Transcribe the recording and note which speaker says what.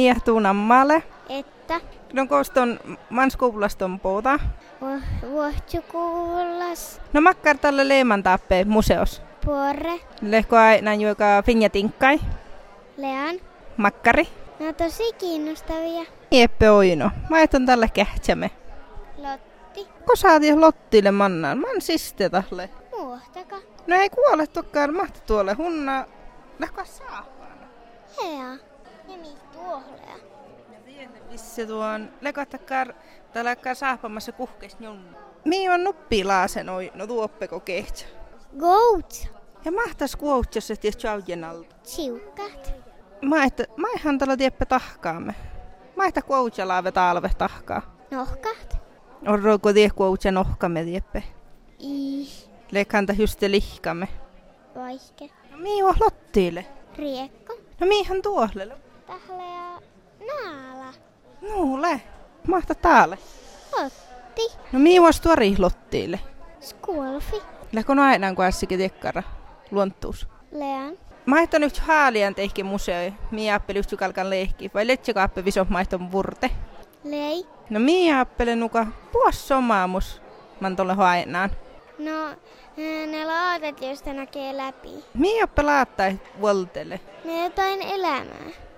Speaker 1: miehtuunan male.
Speaker 2: Että
Speaker 1: No koston manskuvlaston puuta.
Speaker 2: vuohtikuulas
Speaker 1: No makkar tälle leiman tappe museos.
Speaker 2: puore
Speaker 1: Lehko aina joka finja tinkkai.
Speaker 2: lean.
Speaker 1: Makkari.
Speaker 2: No tosi kiinnostavia.
Speaker 1: Jeppe Oino. Mä eton tälle kähtsämme.
Speaker 2: Lotti,
Speaker 1: Kosaati Lottille mannaan. Man siste tahle.
Speaker 2: muohtaka,
Speaker 1: No ei kuole tokkaan mahti tuolle hunna. Lehko saapaan.
Speaker 2: hea. Ja mihtuohlea.
Speaker 1: Vissi tuon lekottakkar talakkaa saapamassa kuhkes junnu. Mii on nuppilaasen oi, no tuoppeko kehtsä.
Speaker 2: Goat,
Speaker 1: Ja mahtas kuoutsos, että jos tjaujen alta.
Speaker 2: siukat.
Speaker 1: Mä et, mä ihan tällä tieppä tahkaamme. Mä et kuoutsalaavet talve tahkaa.
Speaker 2: Nohkat.
Speaker 1: On roiko tie kuoutsa nohkamme tieppe.
Speaker 2: I.
Speaker 1: Lekanta juste lihkamme.
Speaker 2: Vaihke.
Speaker 1: No mii on lottiille.
Speaker 2: Riekko.
Speaker 1: No miihan tuolle.
Speaker 2: Tahlea. Naala.
Speaker 1: Nuule. Mahta taalle.
Speaker 2: Otti.
Speaker 1: No mii on tuori lottiille.
Speaker 2: Skulfi.
Speaker 1: Lekon aina kun ässikin tiekkara. Luonttuus.
Speaker 2: Lean.
Speaker 1: Mä et nyt haalian tehki museo. Mii appeli just kalkan leikki. Vai letsika appe viso maiston vurte.
Speaker 2: Lei.
Speaker 1: No mii appele nuka. Puos somaamus. Man tolle haenaan.
Speaker 2: No, ää, ne laatat, joista näkee läpi.
Speaker 1: Mia pelaattai voltele.
Speaker 2: Ne jotain elämää.